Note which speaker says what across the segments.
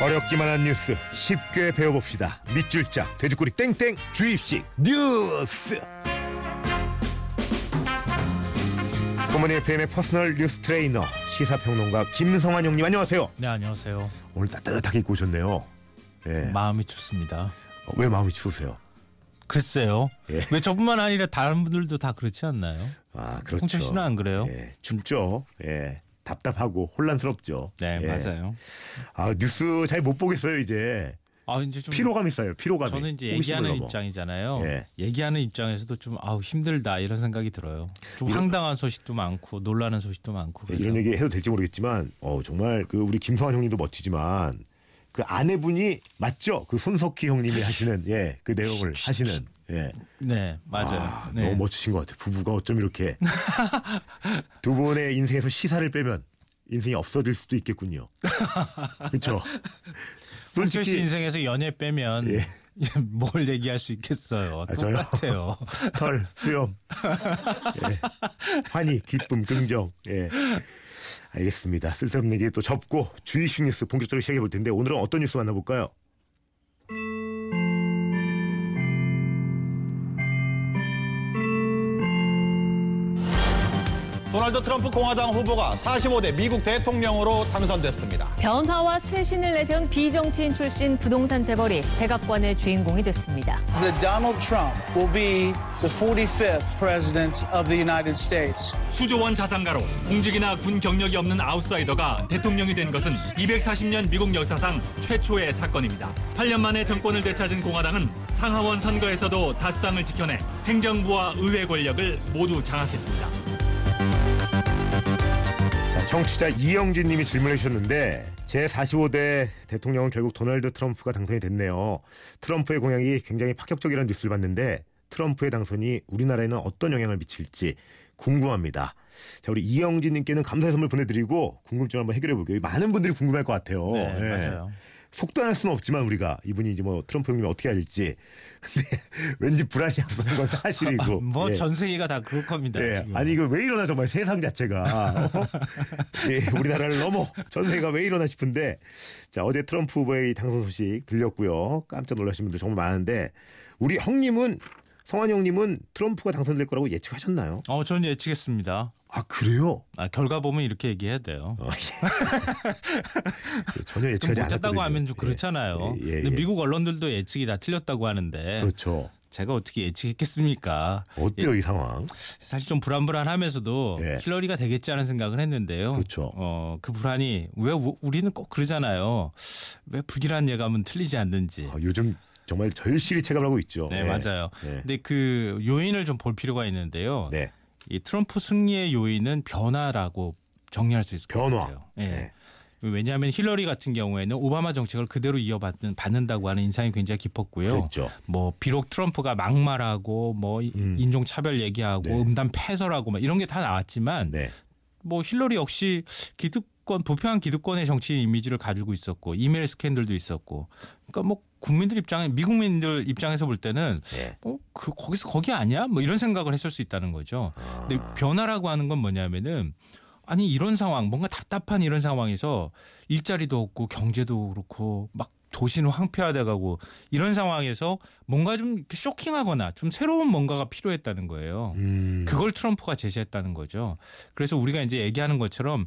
Speaker 1: 어렵기만 한 뉴스 쉽게 배워봅시다. 밑줄짝 돼지꼬리 땡땡 주입식 뉴스. 고모니 FM의 퍼스널 뉴스 트레이너 시사평론가 김성환 형님 안녕하세요.
Speaker 2: 네 안녕하세요.
Speaker 1: 오늘 따뜻하게 입고 오셨네요. 예.
Speaker 2: 마음이 춥습니다.
Speaker 1: 어, 왜 마음이 추우세요?
Speaker 2: 글쎄요.
Speaker 1: 예.
Speaker 2: 왜 저뿐만 아니라 다른 분들도 다 그렇지 않나요?
Speaker 1: 아 그렇죠.
Speaker 2: 홍철 씨는 안 그래요?
Speaker 1: 예, 춥죠. 예. 답답하고 혼란스럽죠.
Speaker 2: 네
Speaker 1: 예.
Speaker 2: 맞아요.
Speaker 1: 아 뉴스 잘 못 보겠어요 이제.
Speaker 2: 아 이제 좀
Speaker 1: 피로감이 쌓여요. 피로감이.
Speaker 2: 저는 이제
Speaker 1: 호기심을
Speaker 2: 얘기하는
Speaker 1: 넘어.
Speaker 2: 입장이잖아요.
Speaker 1: 예.
Speaker 2: 얘기하는 입장에서도 좀 아우 힘들다 이런 생각이 들어요. 좀 황당한 소식도 많고 놀라는 소식도 많고
Speaker 1: 네,
Speaker 2: 그래서
Speaker 1: 이런 얘기 해도 될지 모르겠지만 어 정말 그 우리 김성환 형님도 멋지지만 그 아내분이 맞죠? 그 손석희 형님이
Speaker 2: 그렇죠.
Speaker 1: 하시는 예 그 내용을 하시는 예
Speaker 2: 네 맞아요.
Speaker 1: 아,
Speaker 2: 네.
Speaker 1: 너무 멋지신 것 같아요. 부부가 어쩜 이렇게 두 분의 인생에서 시사를 빼면 인생이 없어질 수도 있겠군요. 그렇죠.
Speaker 2: 홍철 씨
Speaker 1: 솔직히
Speaker 2: 인생에서 연애 빼면
Speaker 1: 예.
Speaker 2: 뭘 얘기할 수 있겠어요.
Speaker 1: 아, 저요?
Speaker 2: 똑같아요.
Speaker 1: 털, 수염, 예. 환희, 기쁨, 긍정. 예. 알겠습니다. 쓸데없는 얘기 또 접고 주의식 뉴스 본격적으로 시작해 볼 텐데 오늘은 어떤 뉴스 만나볼까요?
Speaker 3: 도널드 트럼프 공화당 후보가 45대 미국 대통령으로 당선됐습니다.
Speaker 4: 변화와 쇄신을 내세운 비정치인 출신 부동산 재벌이 백악관의 주인공이 됐습니다.
Speaker 5: that Donald Trump will be the 45th President of the United States.
Speaker 6: 수조원 자산가로 공직이나 군 경력이 없는 아웃사이더가 대통령이 된 것은 240년 미국 역사상 최초의 사건입니다. 8년 만에 정권을 되찾은 공화당은 상하원 선거에서도 다수당을 지켜내 행정부와 의회 권력을 모두 장악했습니다.
Speaker 1: 자, 청취자 이영진 님이 질문해 주셨는데 제45대 대통령은 결국 도널드 트럼프가 당선이 됐네요. 트럼프의 공약이 굉장히 파격적이라는 뉴스를 봤는데 트럼프의 당선이 우리나라에는 어떤 영향을 미칠지 궁금합니다. 자, 우리 이영진 님께는 감사의 선물 보내드리고 궁금증 한번 해결해 볼게요. 많은 분들이 궁금할 것 같아요.
Speaker 2: 네
Speaker 1: 예.
Speaker 2: 맞아요.
Speaker 1: 속단할 수는 없지만 우리가 이분이 이제 뭐 트럼프 형님이 어떻게 할지 근데 왠지 불안이 앞서는 건 사실이고
Speaker 2: 뭐
Speaker 1: 예.
Speaker 2: 전 세계가 다 그럴 겁니다.
Speaker 1: 예,
Speaker 2: 네. 지금.
Speaker 1: 아니 이거 왜 이러나 정말 세상 자체가 어? 예, 우리나라를 넘어 전 세계가 왜 이러나 싶은데 자 어제 트럼프 후보의 당선 소식 들렸고요 깜짝 놀라신 분들 정말 많은데 우리 형님은 성환 형님은 트럼프가 당선될 거라고 예측하셨나요?
Speaker 2: 어, 전 예측했습니다.
Speaker 1: 아 그래요?
Speaker 2: 아, 결과 보면 이렇게 얘기해야 돼요.
Speaker 1: 어, 예. 전혀
Speaker 2: 좀
Speaker 1: 예측하지
Speaker 2: 못했다고
Speaker 1: 않았거든요.
Speaker 2: 하면 좀
Speaker 1: 예.
Speaker 2: 그렇잖아요.
Speaker 1: 예, 예,
Speaker 2: 근데
Speaker 1: 예.
Speaker 2: 미국 언론들도 예측이 다 틀렸다고 하는데
Speaker 1: 그렇죠.
Speaker 2: 제가 어떻게 예측했겠습니까?
Speaker 1: 어때요 이 상황?
Speaker 2: 사실 좀 불안불안하면서도
Speaker 1: 예.
Speaker 2: 힐러리가 되겠지 하는 생각을 했는데요.
Speaker 1: 그렇죠.
Speaker 2: 어, 그 불안이 왜 우- 우리는 꼭 그러잖아요. 왜 불길한 예감은 틀리지 않는지.
Speaker 1: 아, 요즘 정말 절실히 체감하고 있죠.
Speaker 2: 네,
Speaker 1: 예.
Speaker 2: 맞아요.
Speaker 1: 예.
Speaker 2: 근데 그 요인을 좀 볼 필요가 있는데요.
Speaker 1: 네.
Speaker 2: 이 트럼프 승리의 요인은 변화라고 정리할 수 있을 것
Speaker 1: 변화.
Speaker 2: 같아요. 예.
Speaker 1: 네.
Speaker 2: 왜냐하면 힐러리 같은 경우에는 오바마 정책을 그대로 이어받는 받는다고 하는 인상이 굉장히 깊었고요.
Speaker 1: 그렇죠.
Speaker 2: 뭐 비록 트럼프가 막말하고 뭐 이- 인종차별 얘기하고
Speaker 1: 음. 네.
Speaker 2: 음담 패설하고 막 이런 게 다 나왔지만
Speaker 1: 네.
Speaker 2: 뭐 힐러리 역시 기득권 부패한 기득권의 정치인 이미지를 가지고 있었고 이메일 스캔들도 있었고 그러니까 뭐 국민들 입장에 미국민들 입장에서 볼 때는
Speaker 1: 네.
Speaker 2: 어 그 거기서 거기 아니야 뭐 이런 생각을 했을 수 있다는 거죠. 근데 변화라고 하는 건 뭐냐면은 아니 이런 상황 뭔가 답답한 이런 상황에서 일자리도 없고 경제도 그렇고 막 도시는 황폐화돼가고 이런 상황에서 뭔가 좀 쇼킹하거나 좀 새로운 뭔가가 필요했다는 거예요.
Speaker 1: 음.
Speaker 2: 그걸 트럼프가 제시했다는 거죠. 그래서 우리가 이제 얘기하는 것처럼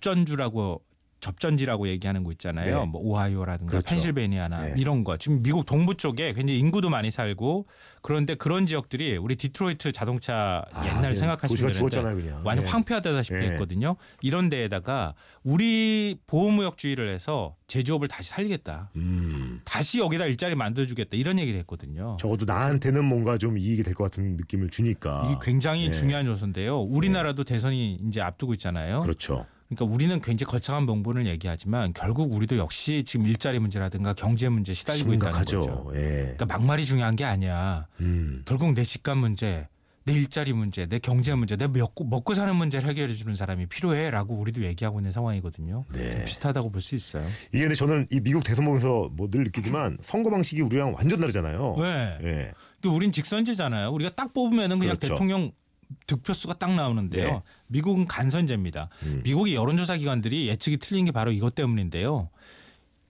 Speaker 2: 접전주라고 접전지라고 얘기하는 거 있잖아요.
Speaker 1: 네.
Speaker 2: 뭐 오하이오라든가
Speaker 1: 그렇죠.
Speaker 2: 펜실베니아나
Speaker 1: 네.
Speaker 2: 이런 거. 지금 미국 동부 쪽에 굉장히 인구도 많이 살고 그런데 그런 지역들이 우리 디트로이트 자동차
Speaker 1: 아,
Speaker 2: 옛날
Speaker 1: 예. 도시가
Speaker 2: 생각하시면
Speaker 1: 죽었잖아요, 그냥.
Speaker 2: 완전
Speaker 1: 예.
Speaker 2: 황폐화되다시피
Speaker 1: 예.
Speaker 2: 했거든요. 이런 데에다가 우리 보호무역주의를 해서 제조업을 다시 살리겠다.
Speaker 1: 음.
Speaker 2: 다시 여기다 일자리 만들어주겠다. 이런 얘기를 했거든요.
Speaker 1: 적어도 나한테는 뭔가 좀 이익이 될 것 같은 느낌을 주니까.
Speaker 2: 이 굉장히
Speaker 1: 예.
Speaker 2: 중요한 요소인데요. 우리나라도 대선이 이제 앞두고 있잖아요. 그러
Speaker 1: 네. 그렇죠.
Speaker 2: 니까 우리는 굉장히 거창한 명분을 얘기하지만 결국 우리도 역시 지금 일자리 문제라든가 경제 문제 시달리고
Speaker 1: 심각하죠.
Speaker 2: 있다는 거죠.
Speaker 1: 예.
Speaker 2: 그러니까 막말이 중요한 게 아니야.
Speaker 1: 음.
Speaker 2: 결국 내 집값 문제, 내 일자리 문제, 내 경제 문제, 내 먹고, 먹고 사는 문제를 해결해 주는 사람이 필요해라고 우리도 얘기하고 있는 상황이거든요.
Speaker 1: 네.
Speaker 2: 좀 비슷하다고 볼 수 있어요.
Speaker 1: 이게 근데 저는 이 미국 대선 보면서 뭐 늘 느끼지만 선거 방식이 우리랑 완전 다르잖아요.
Speaker 2: 네.
Speaker 1: 예.
Speaker 2: 그 우린 직선제잖아요. 우리가 딱 뽑으면은 그냥
Speaker 1: 그렇죠.
Speaker 2: 대통령 득표수가 딱 나오는데요.
Speaker 1: 네. 음.
Speaker 2: 미국은 간선제입니다. 미국의 여론조사 기관들이 예측이 틀린 게 바로 이것 때문인데요.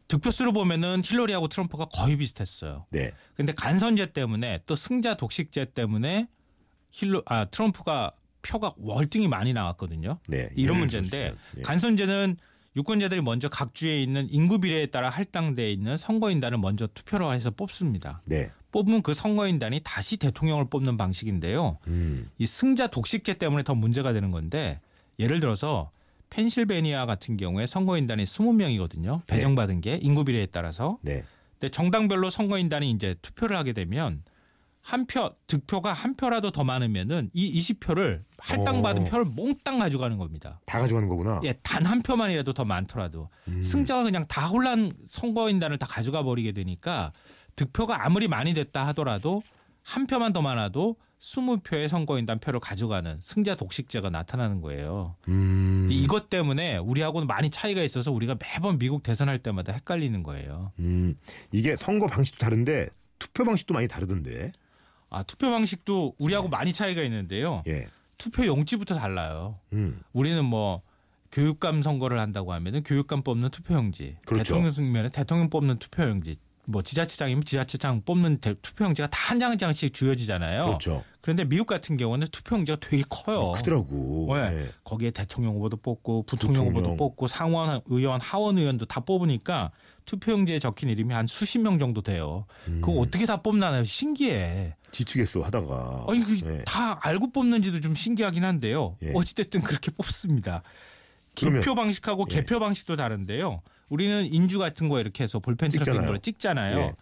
Speaker 2: 득표수로 보면은 힐러리하고 트럼프가 거의 비슷했어요.
Speaker 1: 네.
Speaker 2: 근데 간선제 때문에 또 승자 독식제 때문에 힐러 아 트럼프가 표가 월등히 많이 나왔거든요.
Speaker 1: 네,
Speaker 2: 이런
Speaker 1: 예,
Speaker 2: 문제인데
Speaker 1: 그렇죠. 예.
Speaker 2: 간선제는 유권자들이 먼저 각 주에 있는 인구 비례에 따라 할당돼 있는 선거인단을 먼저 투표로 해서 뽑습니다.
Speaker 1: 네.
Speaker 2: 뽑은 그 선거인단이 다시 대통령을 뽑는 방식인데요.
Speaker 1: 음.
Speaker 2: 이 승자 독식제 때문에 더 문제가 되는 건데 예를 들어서 펜실베니아 같은 경우에 선거인단이 20명이거든요. 배정받은 게 인구 비례에 따라서.
Speaker 1: 네.
Speaker 2: 근데 정당별로 선거인단이 이제 투표를 하게 되면 한 표 득표가 한 표라도 더 많으면은 이 20표를 할당받은
Speaker 1: 어.
Speaker 2: 표를 몽땅 가져가는 겁니다.
Speaker 1: 다 가져가는 거구나.
Speaker 2: 예, 단 한 표만이라도 더 많더라도
Speaker 1: 음.
Speaker 2: 승자가 그냥 다 혼란 선거인단을 다 가져가 버리게 되니까 득표가 아무리 많이 됐다 하더라도 한 표만 더 많아도 20표의 선거인단 표를 가져가는 승자 독식제가 나타나는 거예요.
Speaker 1: 음.
Speaker 2: 근데 이것 때문에 우리하고는 많이 차이가 있어서 우리가 매번 미국 대선할 때마다 헷갈리는 거예요.
Speaker 1: 음. 이게 선거 방식도 다른데 투표 방식도 많이 다르던데.
Speaker 2: 아, 투표 방식도 우리하고 많이 차이가 있는데요.
Speaker 1: 네. 예.
Speaker 2: 투표 용지부터 달라요.
Speaker 1: 음.
Speaker 2: 우리는 뭐 교육감 선거를 한다고 하면은 교육감 뽑는 투표용지,
Speaker 1: 그렇죠.
Speaker 2: 대통령 승면에 대통령 뽑는 투표용지, 뭐 지자체장이면 지자체장 뽑는 대- 투표용지가 다 한 장 한 장씩 주어지잖아요.
Speaker 1: 그렇죠.
Speaker 2: 런데 미국 같은 경우는 투표용지가 되게 커요.
Speaker 1: 크더라고.
Speaker 2: 네.
Speaker 1: 예.
Speaker 2: 거기에 대통령 후보도 뽑고 부통령
Speaker 1: 부통령.
Speaker 2: 후보도 뽑고 상원 의원, 하원 의원도 다 뽑으니까 투표용지에 적힌 이름이 한 수십 명 정도 돼요.
Speaker 1: 음.
Speaker 2: 그거 어떻게 다 뽑나요? 신기해.
Speaker 1: 지치겠어 하다가.
Speaker 2: 아니 그
Speaker 1: 예.
Speaker 2: 다 알고 뽑는지도 좀 신기하긴 한데요.
Speaker 1: 예.
Speaker 2: 어찌됐든 그렇게 뽑습니다.
Speaker 1: 그러면-
Speaker 2: 기표 방식하고
Speaker 1: 예.
Speaker 2: 개표 방식도 다른데요. 우리는 인주 같은 거 이렇게 해서 볼펜처럼
Speaker 1: 찍잖아요.
Speaker 2: 된 걸 찍잖아요.
Speaker 1: 예.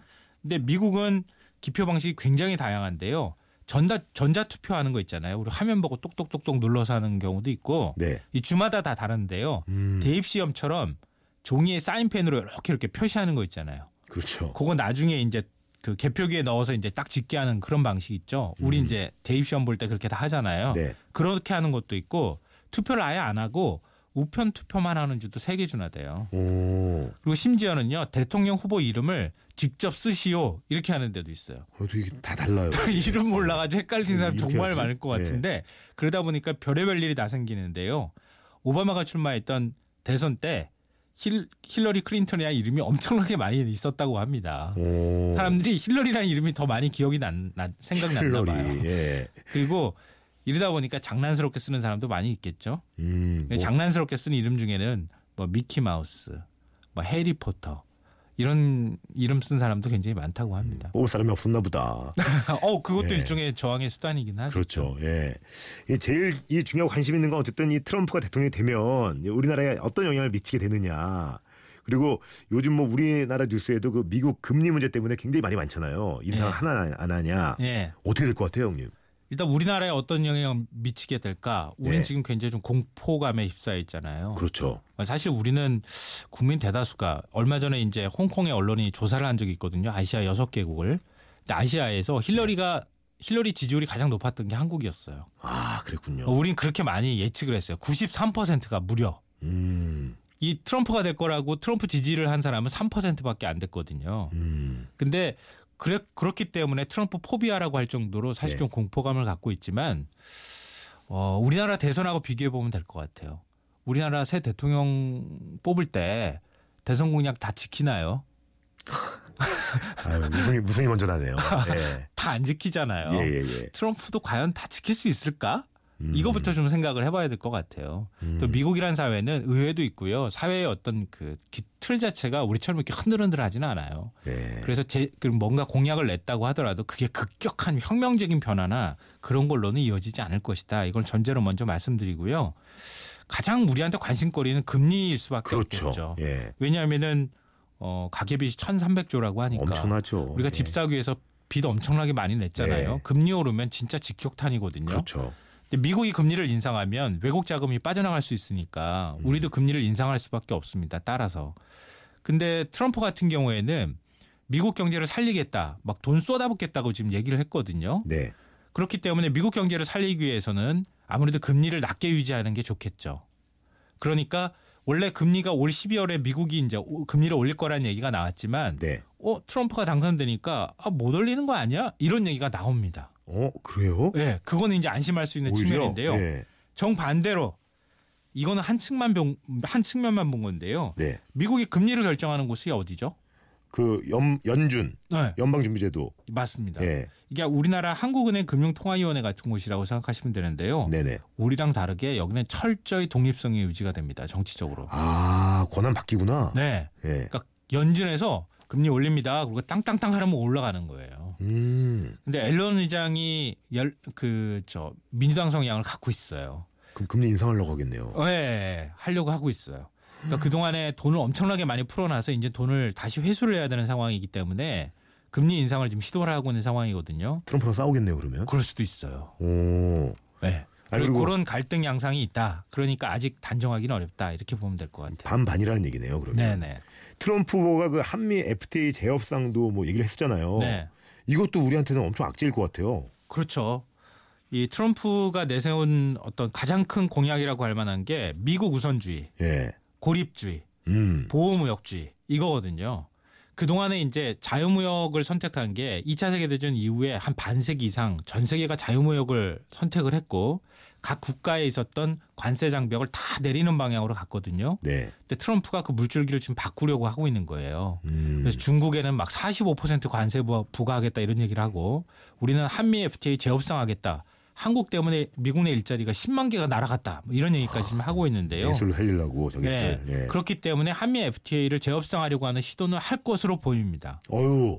Speaker 2: 근데 미국은 기표 방식이 굉장히 다양한데요. 전자 전자 투표하는 거 있잖아요. 우리 화면 보고 똑똑똑똑 눌러서 하는 경우도 있고
Speaker 1: 네.
Speaker 2: 이 주마다 다 다른데요.
Speaker 1: 음.
Speaker 2: 대입 시험처럼 종이에 사인펜으로 이렇게 이렇게 표시하는 거 있잖아요.
Speaker 1: 그렇죠.
Speaker 2: 그거 나중에 이제 그 개표기에 넣어서 이제 딱 짓게 하는 그런 방식 있죠. 우리 이제 대입 시험 볼 때 그렇게 다 하잖아요.
Speaker 1: 음. 네.
Speaker 2: 그렇게 하는 것도 있고 투표를 아예 안 하고 우편 투표만 하는 주도 세개 주나 돼요.
Speaker 1: 오.
Speaker 2: 그리고 심지어는요 대통령 후보 이름을 직접 쓰시오 이렇게 하는 데도 있어요.
Speaker 1: 어떻게 이게 다 달라요.
Speaker 2: 이름 몰라가지고 헷갈리는 사람
Speaker 1: 네. 이렇게
Speaker 2: 정말
Speaker 1: 하지? 네.
Speaker 2: 많을 것 같은데 그러다 보니까 별의별 일이 다 생기는데요. 오바마가 출마했던 대선 때 힐, 힐러리 클린턴이란 이름이 엄청나게 많이 있었다고 합니다.
Speaker 1: 오.
Speaker 2: 사람들이 힐러리라는 이름이 더 많이 기억이 난, 난 생각났나
Speaker 1: 힐러리.
Speaker 2: 봐요.
Speaker 1: 예.
Speaker 2: 그리고 이러다 보니까 장난스럽게 쓰는 사람도 많이 있겠죠.
Speaker 1: 음.
Speaker 2: 네.
Speaker 1: 뭐
Speaker 2: 장난스럽게 쓰는 이름 중에는 뭐 미키 마우스, 뭐 해리 포터 이런 이름 쓴 사람도 굉장히 많다고 합니다.
Speaker 1: 뽑을 사람이 없었나 보다.
Speaker 2: 어 그것도
Speaker 1: 예.
Speaker 2: 일종의 저항의 수단이긴 하죠.
Speaker 1: 그렇죠. 예. 이 제일 이 중요하고 관심 있는 건 어쨌든 이 트럼프가 대통령이 되면 이 우리나라에 어떤 영향을 미치게 되느냐. 그리고 요즘 뭐 우리나라 뉴스에도 그 미국 금리 문제 때문에 굉장히 많이 많잖아요. 인상
Speaker 2: 예.
Speaker 1: 하나 안 하냐.
Speaker 2: 예.
Speaker 1: 어떻게 될 것 같아요, 형님?
Speaker 2: 일단 우리나라에 어떤 영향을 미치게 될까? 우린
Speaker 1: 예.
Speaker 2: 지금 굉장히 좀 공포감에 휩싸여 있잖아요.
Speaker 1: 그렇죠.
Speaker 2: 사실 우리는 국민 대다수가 얼마 전에 이제 홍콩의 언론이 조사를 한 적이 있거든요. 아시아 여섯 개국을. 근데 아시아에서 힐러리가 힐러리 지지율이 가장 높았던 게 한국이었어요.
Speaker 1: 아, 그랬군요.
Speaker 2: 우린 그렇게 많이 예측을 했어요. 93%가 무려
Speaker 1: 음,
Speaker 2: 이 트럼프가 될 거라고 트럼프 지지를 한 사람은 3%밖에 안 됐거든요.
Speaker 1: 음,
Speaker 2: 근데 그래, 그렇기 때문에 트럼프 포비아라고 할 정도로 사실
Speaker 1: 네.
Speaker 2: 좀 공포감을 갖고 있지만 어, 우리나라 대선하고 비교해 보면 될 것 같아요. 우리나라 새 대통령 뽑을 때 대선 공약 다 지키나요?
Speaker 1: 아유, 무슨이 무슨이 먼저 나네요. 예,
Speaker 2: 다 안 지키잖아요.
Speaker 1: 예, 예. 예.
Speaker 2: 트럼프도 과연 다 지킬 수 있을까?
Speaker 1: 음.
Speaker 2: 이거부터 좀 생각을 해봐야 될 것 같아요. 또 미국이란 사회는 의회도 있고요. 사회의 어떤 그 틀 자체가 우리처럼 이렇게 흔들흔들하지는 않아요.
Speaker 1: 네.
Speaker 2: 그래서 제, 그 뭔가 공약을 냈다고 하더라도 그게 급격한 혁명적인 변화나 그런 걸로는 이어지지 않을 것이다. 이걸 전제로 먼저 말씀드리고요. 가장 우리한테 관심거리는 금리일 수밖에 없겠죠.
Speaker 1: 그렇죠. 예.
Speaker 2: 왜냐하면은 어, 가계빚이 1,300조라고 하니까
Speaker 1: 엄청나죠.
Speaker 2: 그러니까 우리가
Speaker 1: 예.
Speaker 2: 집 사기 위해서 빚 엄청나게 많이 냈잖아요.
Speaker 1: 네.
Speaker 2: 금리 오르면 진짜 직격탄이거든요.
Speaker 1: 그렇죠.
Speaker 2: 근데 미국이 금리를 인상하면 외국 자금이 빠져나갈 수 있으니까
Speaker 1: 음.
Speaker 2: 우리도 금리를 인상할 수밖에 없습니다. 따라서. 근데 트럼프 같은 경우에는 미국 경제를 살리겠다, 막 돈 쏟아붓겠다고 지금 얘기를 했거든요.
Speaker 1: 네.
Speaker 2: 그렇기 때문에 미국 경제를 살리기 위해서는 아무래도 금리를 낮게 유지하는 게 좋겠죠. 그러니까 원래 금리가 올 12월에 미국이 이제 오- 금리를 올릴 거라는 얘기가 나왔지만,
Speaker 1: 네.
Speaker 2: 어 트럼프가 당선되니까 아, 못 올리는 거 아니야? 이런 얘기가 나옵니다.
Speaker 1: 어, 그래요?
Speaker 2: 예, 그거는 이제 안심할 수 있는
Speaker 1: 오히려?
Speaker 2: 측면인데요.
Speaker 1: 예.
Speaker 2: 정반대로 이거는 한 측만 본- 한 측면만 본 건데요.
Speaker 1: 네.
Speaker 2: 미국이 금리를 결정하는 곳이 어디죠?
Speaker 1: 그 연, 연준
Speaker 2: 네.
Speaker 1: 연방준비제도.
Speaker 2: 맞습니다.
Speaker 1: 예.
Speaker 2: 이게 우리나라 한국은행 금융통화위원회 같은 곳이라고 생각하시면 되는데요.
Speaker 1: 네네.
Speaker 2: 우리랑 다르게 여기는 철저히 독립성이 유지가 됩니다. 정치적으로.
Speaker 1: 아 권한 바뀌구나.
Speaker 2: 네.
Speaker 1: 예.
Speaker 2: 그러니까 연준에서 금리 올립니다. 그리고 땅땅땅 하려면 뭐 올라가는 거예요.
Speaker 1: 음.
Speaker 2: 근데 앨런 의장이 열그저 민주당 성향을 갖고 있어요.
Speaker 1: 그럼 금리 인상하려고 하겠네요.
Speaker 2: 네, 하려고 하고 있어요. 그러니까 그 동안에 돈을 엄청나게 많이 풀어놔서 이제 돈을 다시 회수를 해야 되는 상황이기 때문에 금리 인상을 지금 시도를 하고 있는 상황이거든요.
Speaker 1: 트럼프랑 싸우겠네요 그러면.
Speaker 2: 그럴 수도 있어요.
Speaker 1: 오.
Speaker 2: 네.
Speaker 1: 아니,
Speaker 2: 그리고
Speaker 1: 그리고-
Speaker 2: 그런 갈등 양상이 있다. 그러니까 아직 단정하기는 어렵다. 이렇게 보면 될 것 같아요.
Speaker 1: 반반이라는 얘기네요 그러면.
Speaker 2: 네네.
Speaker 1: 트럼프 후보가 그 한미 FTA 재협상도 뭐 얘기를 했었잖아요.
Speaker 2: 네.
Speaker 1: 이것도 우리한테는 엄청 악재일 것 같아요.
Speaker 2: 그렇죠. 이 트럼프가 내세운 어떤 가장 큰 공약이라고 할 만한 게 미국 우선주의,
Speaker 1: 예.
Speaker 2: 고립주의,
Speaker 1: 음.
Speaker 2: 보호무역주의 이거거든요. 그동안에 이제 자유무역을 선택한 게 2차 세계대전 이후에 한 반세기 이상 전 세계가 자유무역을 선택을 했고 각 국가에 있었던 관세 장벽을 다 내리는 방향으로 갔거든요.
Speaker 1: 네.
Speaker 2: 근데 트럼프가 그 물줄기를 지금 바꾸려고 하고 있는 거예요.
Speaker 1: 음.
Speaker 2: 그래서 중국에는 막 45% 관세 부- 부과하겠다 이런 얘기를 하고 우리는 한미 FTA 재협상하겠다. 한국 때문에 미국 내 일자리가 10만 개가 날아갔다. 뭐 이런 얘기까지 지금 하고 있는데요.
Speaker 1: 예술로 살리려고 저기들. 예.
Speaker 2: 네. 그렇기 때문에 한미 FTA를 재협상하려고 하는 시도는 할 것으로 보입니다.
Speaker 1: 어유.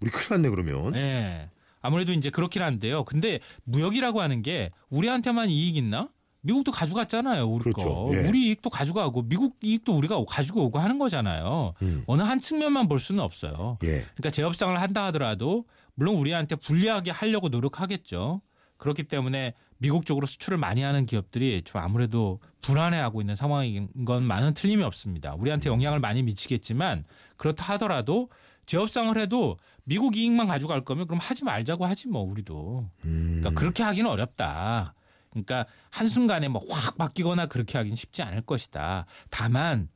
Speaker 1: 우리 큰일 났네 그러면.
Speaker 2: 예. 아무래도 이제 그렇긴 한데요. 근데 무역이라고 하는 게 우리한테만 이익 있나? 미국도 가져갔잖아요. 우리
Speaker 1: 그렇죠.
Speaker 2: 거.
Speaker 1: 예.
Speaker 2: 우리 이익도 가져가고 미국 이익도 우리가 가지고 오고 하는 거잖아요.
Speaker 1: 음.
Speaker 2: 어느 한 측면만 볼 수는 없어요.
Speaker 1: 예.
Speaker 2: 그러니까 재협상을 한다 하더라도 물론 우리한테 불리하게 하려고 노력하겠죠. 그렇기 때문에 미국 쪽으로 수출을 많이 하는 기업들이 좀 아무래도 불안해하고 있는 상황인 건 많은 틀림이 없습니다. 우리한테 영향을 많이 미치겠지만 그렇다 하더라도 재협상을 해도 미국 이익만 가져갈 거면 그럼 하지 말자고 하지 뭐 우리도.
Speaker 1: 음.
Speaker 2: 그러니까 그렇게 하기는 어렵다. 그러니까 한순간에 뭐 확 바뀌거나 그렇게 하긴 쉽지 않을 것이다. 다만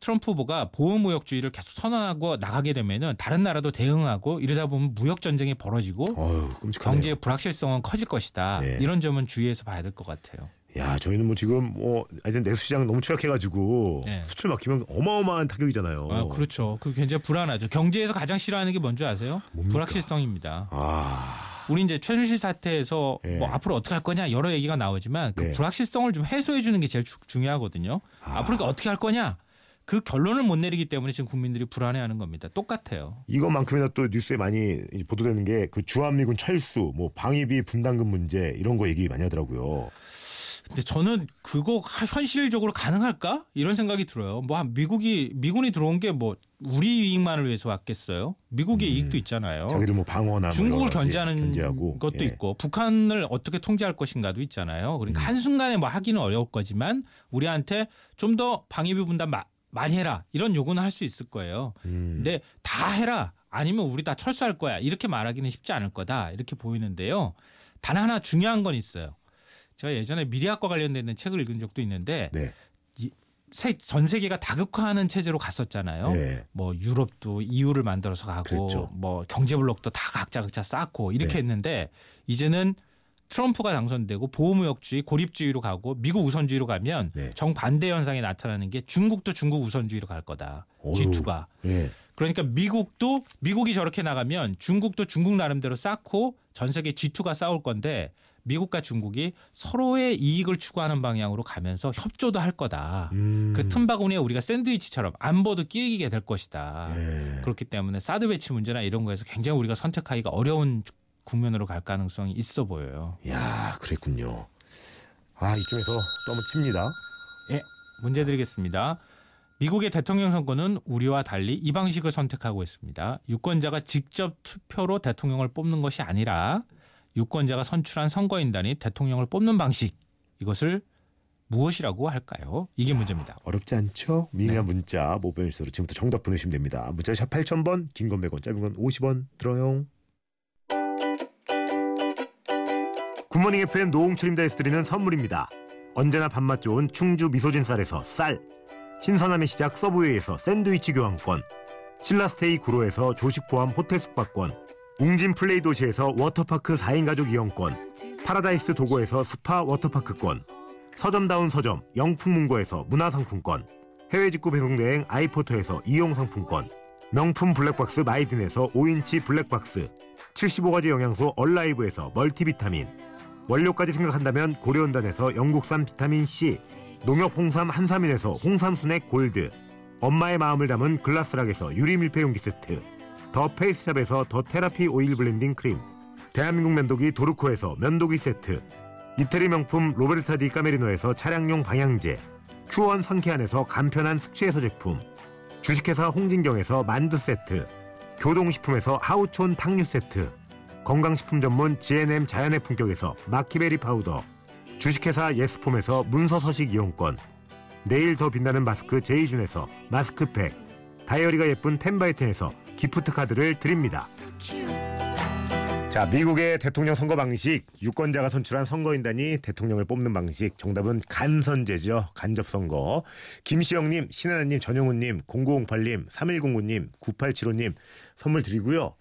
Speaker 2: 트럼프 후보가 보호무역주의를 계속 선언하고 나가게 되면은 다른 나라도 대응하고 이러다 보면 무역 전쟁이 벌어지고
Speaker 1: 어유 끔찍하네.
Speaker 2: 경제의 불확실성은 커질 것이다.
Speaker 1: 네.
Speaker 2: 이런 점은 주의해서 봐야 될 것 같아요.
Speaker 1: 야, 저희는 뭐 지금 뭐 하여튼 내수 시장 너무 추락해가지고
Speaker 2: 네.
Speaker 1: 수출 막히면 어마어마한 타격이잖아요.
Speaker 2: 아, 그렇죠. 그 굉장히 불안하죠. 경제에서 가장 싫어하는 게 뭔지 아세요?
Speaker 1: 뭡니까?
Speaker 2: 불확실성입니다.
Speaker 1: 아,
Speaker 2: 우리 이제 최순실 사태에서
Speaker 1: 예.
Speaker 2: 뭐 앞으로 어떻게 할 거냐 여러 얘기가 나오지만 그
Speaker 1: 예. 아.
Speaker 2: 불확실성을 좀 해소해 주는 게 제일 주- 중요하거든요. 앞으로 그러니까 어떻게 할 거냐 그 결론을 못 내리기 때문에 지금 국민들이 불안해하는 겁니다. 똑같아요.
Speaker 1: 이것만큼이나 또 뉴스에 많이 이제 보도되는 게 그 주한미군 철수, 뭐 방위비 분담금 문제 이런 거 얘기 많이 하더라고요.
Speaker 2: 근데 저는 그거 하- 현실적으로 가능할까 이런 생각이 들어요. 뭐 한 미국이 미군이 들어온 게 뭐 우리 이익만을 위해서 왔겠어요? 미국의 이익도 있잖아요.
Speaker 1: 자기들 뭐 방어나 뭐
Speaker 2: 중국을
Speaker 1: 여러 가지
Speaker 2: 견제하는
Speaker 1: 견제하고,
Speaker 2: 것도
Speaker 1: 예.
Speaker 2: 있고 북한을 어떻게 통제할 것인가도 있잖아요. 그러니까 한순간에 뭐 하기는 어려울 거지만 우리한테 좀 더 방위비 분담 마- 많이 해라 이런 요구는 할 수 있을 거예요.
Speaker 1: 음.
Speaker 2: 근데 다 해라 아니면 우리 다 철수할 거야 이렇게 말하기는 쉽지 않을 거다 이렇게 보이는데요. 단 하나 중요한 건 있어요. 제가 예전에 미래학과 관련된 책을 읽은 적도 있는데
Speaker 1: 네.
Speaker 2: 세- 전 세계가 다극화하는 체제로 갔었잖아요.
Speaker 1: 네.
Speaker 2: 뭐 유럽도 EU를 만들어서 가고
Speaker 1: 그랬죠.
Speaker 2: 뭐 경제 블록도 다 각자 각자 쌓고 이렇게
Speaker 1: 그렇죠. 네.
Speaker 2: 했는데 이제는 트럼프가 당선되고 보호무역주의, 고립주의로 가고 미국 우선주의로 가면
Speaker 1: 네.
Speaker 2: 정반대 현상이 나타나는 게 중국도 중국 우선주의로 갈 거다.
Speaker 1: 어휴.
Speaker 2: G2가.
Speaker 1: 예.
Speaker 2: 그러니까 미국도 미국이 저렇게 나가면 중국도 중국 나름대로 쌓고 전 세계 G2가 싸울 건데 미국과 중국이 서로의 이익을 추구하는 방향으로 가면서 협조도 할 거다.
Speaker 1: 음.
Speaker 2: 그 틈바구니에 우리가 샌드위치처럼 안보도 끼기게 될 것이다.
Speaker 1: 예.
Speaker 2: 그렇기 때문에 사드 배치 문제나 이런 거에서 굉장히 우리가 선택하기가 어려운 국면으로 갈 가능성이 있어 보여요.
Speaker 1: 야, 그랬군요. 아, 이쯤에서 너무 칩니다.
Speaker 2: 예, 문제 드리겠습니다. 미국의 대통령 선거는 우리와 달리 이 방식을 선택하고 있습니다. 유권자가 직접 투표로 대통령을 뽑는 것이 아니라 유권자가 선출한 선거인단이 대통령을 뽑는 방식 이것을 무엇이라고 할까요? 이게 문제입니다.
Speaker 1: 어렵지 않죠? 미니나 문자 모바일 서로 지금부터 정답 보내시면 됩니다. 문자 샵 8000번, 긴 건 100원, 짧은 건 50원 들어요. 굿모닝 FM 노홍철입니다에서 드리는 선물입니다. 언제나 밥맛 좋은 충주 미소진 쌀에서 쌀 신선함의 시작 서브웨이에서 샌드위치 교환권 신라스테이 구로에서 조식 포함 호텔 숙박권 웅진 플레이 도시에서 워터파크 4인 가족 이용권 파라다이스 도고에서 스파 워터파크권 서점다운 서점 영풍문고에서 문화상품권 해외 직구 배송대행 아이포터에서 이용상품권 명품 블랙박스 마이딘에서 5인치 블랙박스 75가지 영양소 얼라이브에서 멀티비타민 원료까지 생각한다면 고려온단에서 영국산 비타민C 농협 홍삼 한삼인에서 홍삼순액 골드 엄마의 마음을 담은 글라스락에서 유리밀폐용기 세트 더 페이스샵에서 더 테라피 오일 블렌딩 크림 대한민국 면도기 도르코에서 면도기 세트 이태리 명품 로베르타 디 까메리노에서 차량용 방향제 큐원 상쾌한에서 간편한 숙취해소 제품 주식회사 홍진경에서 만두 세트 교동식품에서 하우촌 탕류 세트 건강식품 전문 GNM 자연의 품격에서 마키베리 파우더 주식회사 예스폼에서 문서서식 이용권 내일 더 빛나는 마스크 제이준에서 마스크팩 다이어리가 예쁜 텐바이텐에서 기프트 카드를 드립니다. 자, 미국의 대통령 선거 방식, 유권자가 선출한 선거인단이 대통령을 뽑는 방식, 정답은 간선제죠. 간접선거. 김시영님, 신하나님, 전영훈님, 0908님, 3109님, 9875님 선물 드리고요.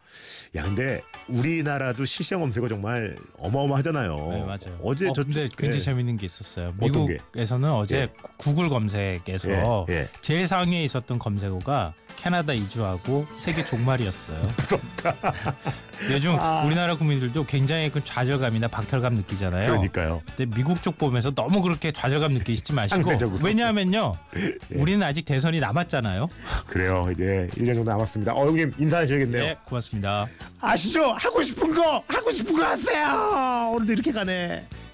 Speaker 1: 야, 근데 우리나라도 실시간 검색어 정말 어마어마하잖아요.
Speaker 2: 네, 맞아요.
Speaker 1: 어제
Speaker 2: 어,
Speaker 1: 저
Speaker 2: 근데 굉장히
Speaker 1: 예.
Speaker 2: 재밌는 게 있었어요.
Speaker 1: 어떤 게?
Speaker 2: 미국에서는 어제
Speaker 1: 예.
Speaker 2: 구- 구글 검색에서
Speaker 1: 예, 예.
Speaker 2: 제일 상위에 있었던 검색어가 캐나다 이주하고 세계 종말이었어요. 부럽다. 요즘
Speaker 1: 아.
Speaker 2: 우리나라 국민들도 굉장히 그 좌절감이나 박탈감 느끼잖아요.
Speaker 1: 그러니까요.
Speaker 2: 근데 미국 쪽 보면서 너무 그렇게 좌절감 느끼시지 마시고
Speaker 1: 상대적으로. 예.
Speaker 2: 왜냐하면요, 우리는 아직 대선이 남았잖아요.
Speaker 1: 그래요. 이제 1년 정도 남았습니다. 어, 형님 인사하셔야겠네요.
Speaker 2: 네, 고맙습니다.
Speaker 1: 아시죠? 하고 싶은 거 하고 싶은 거 하세요. 오늘도 이렇게 가네.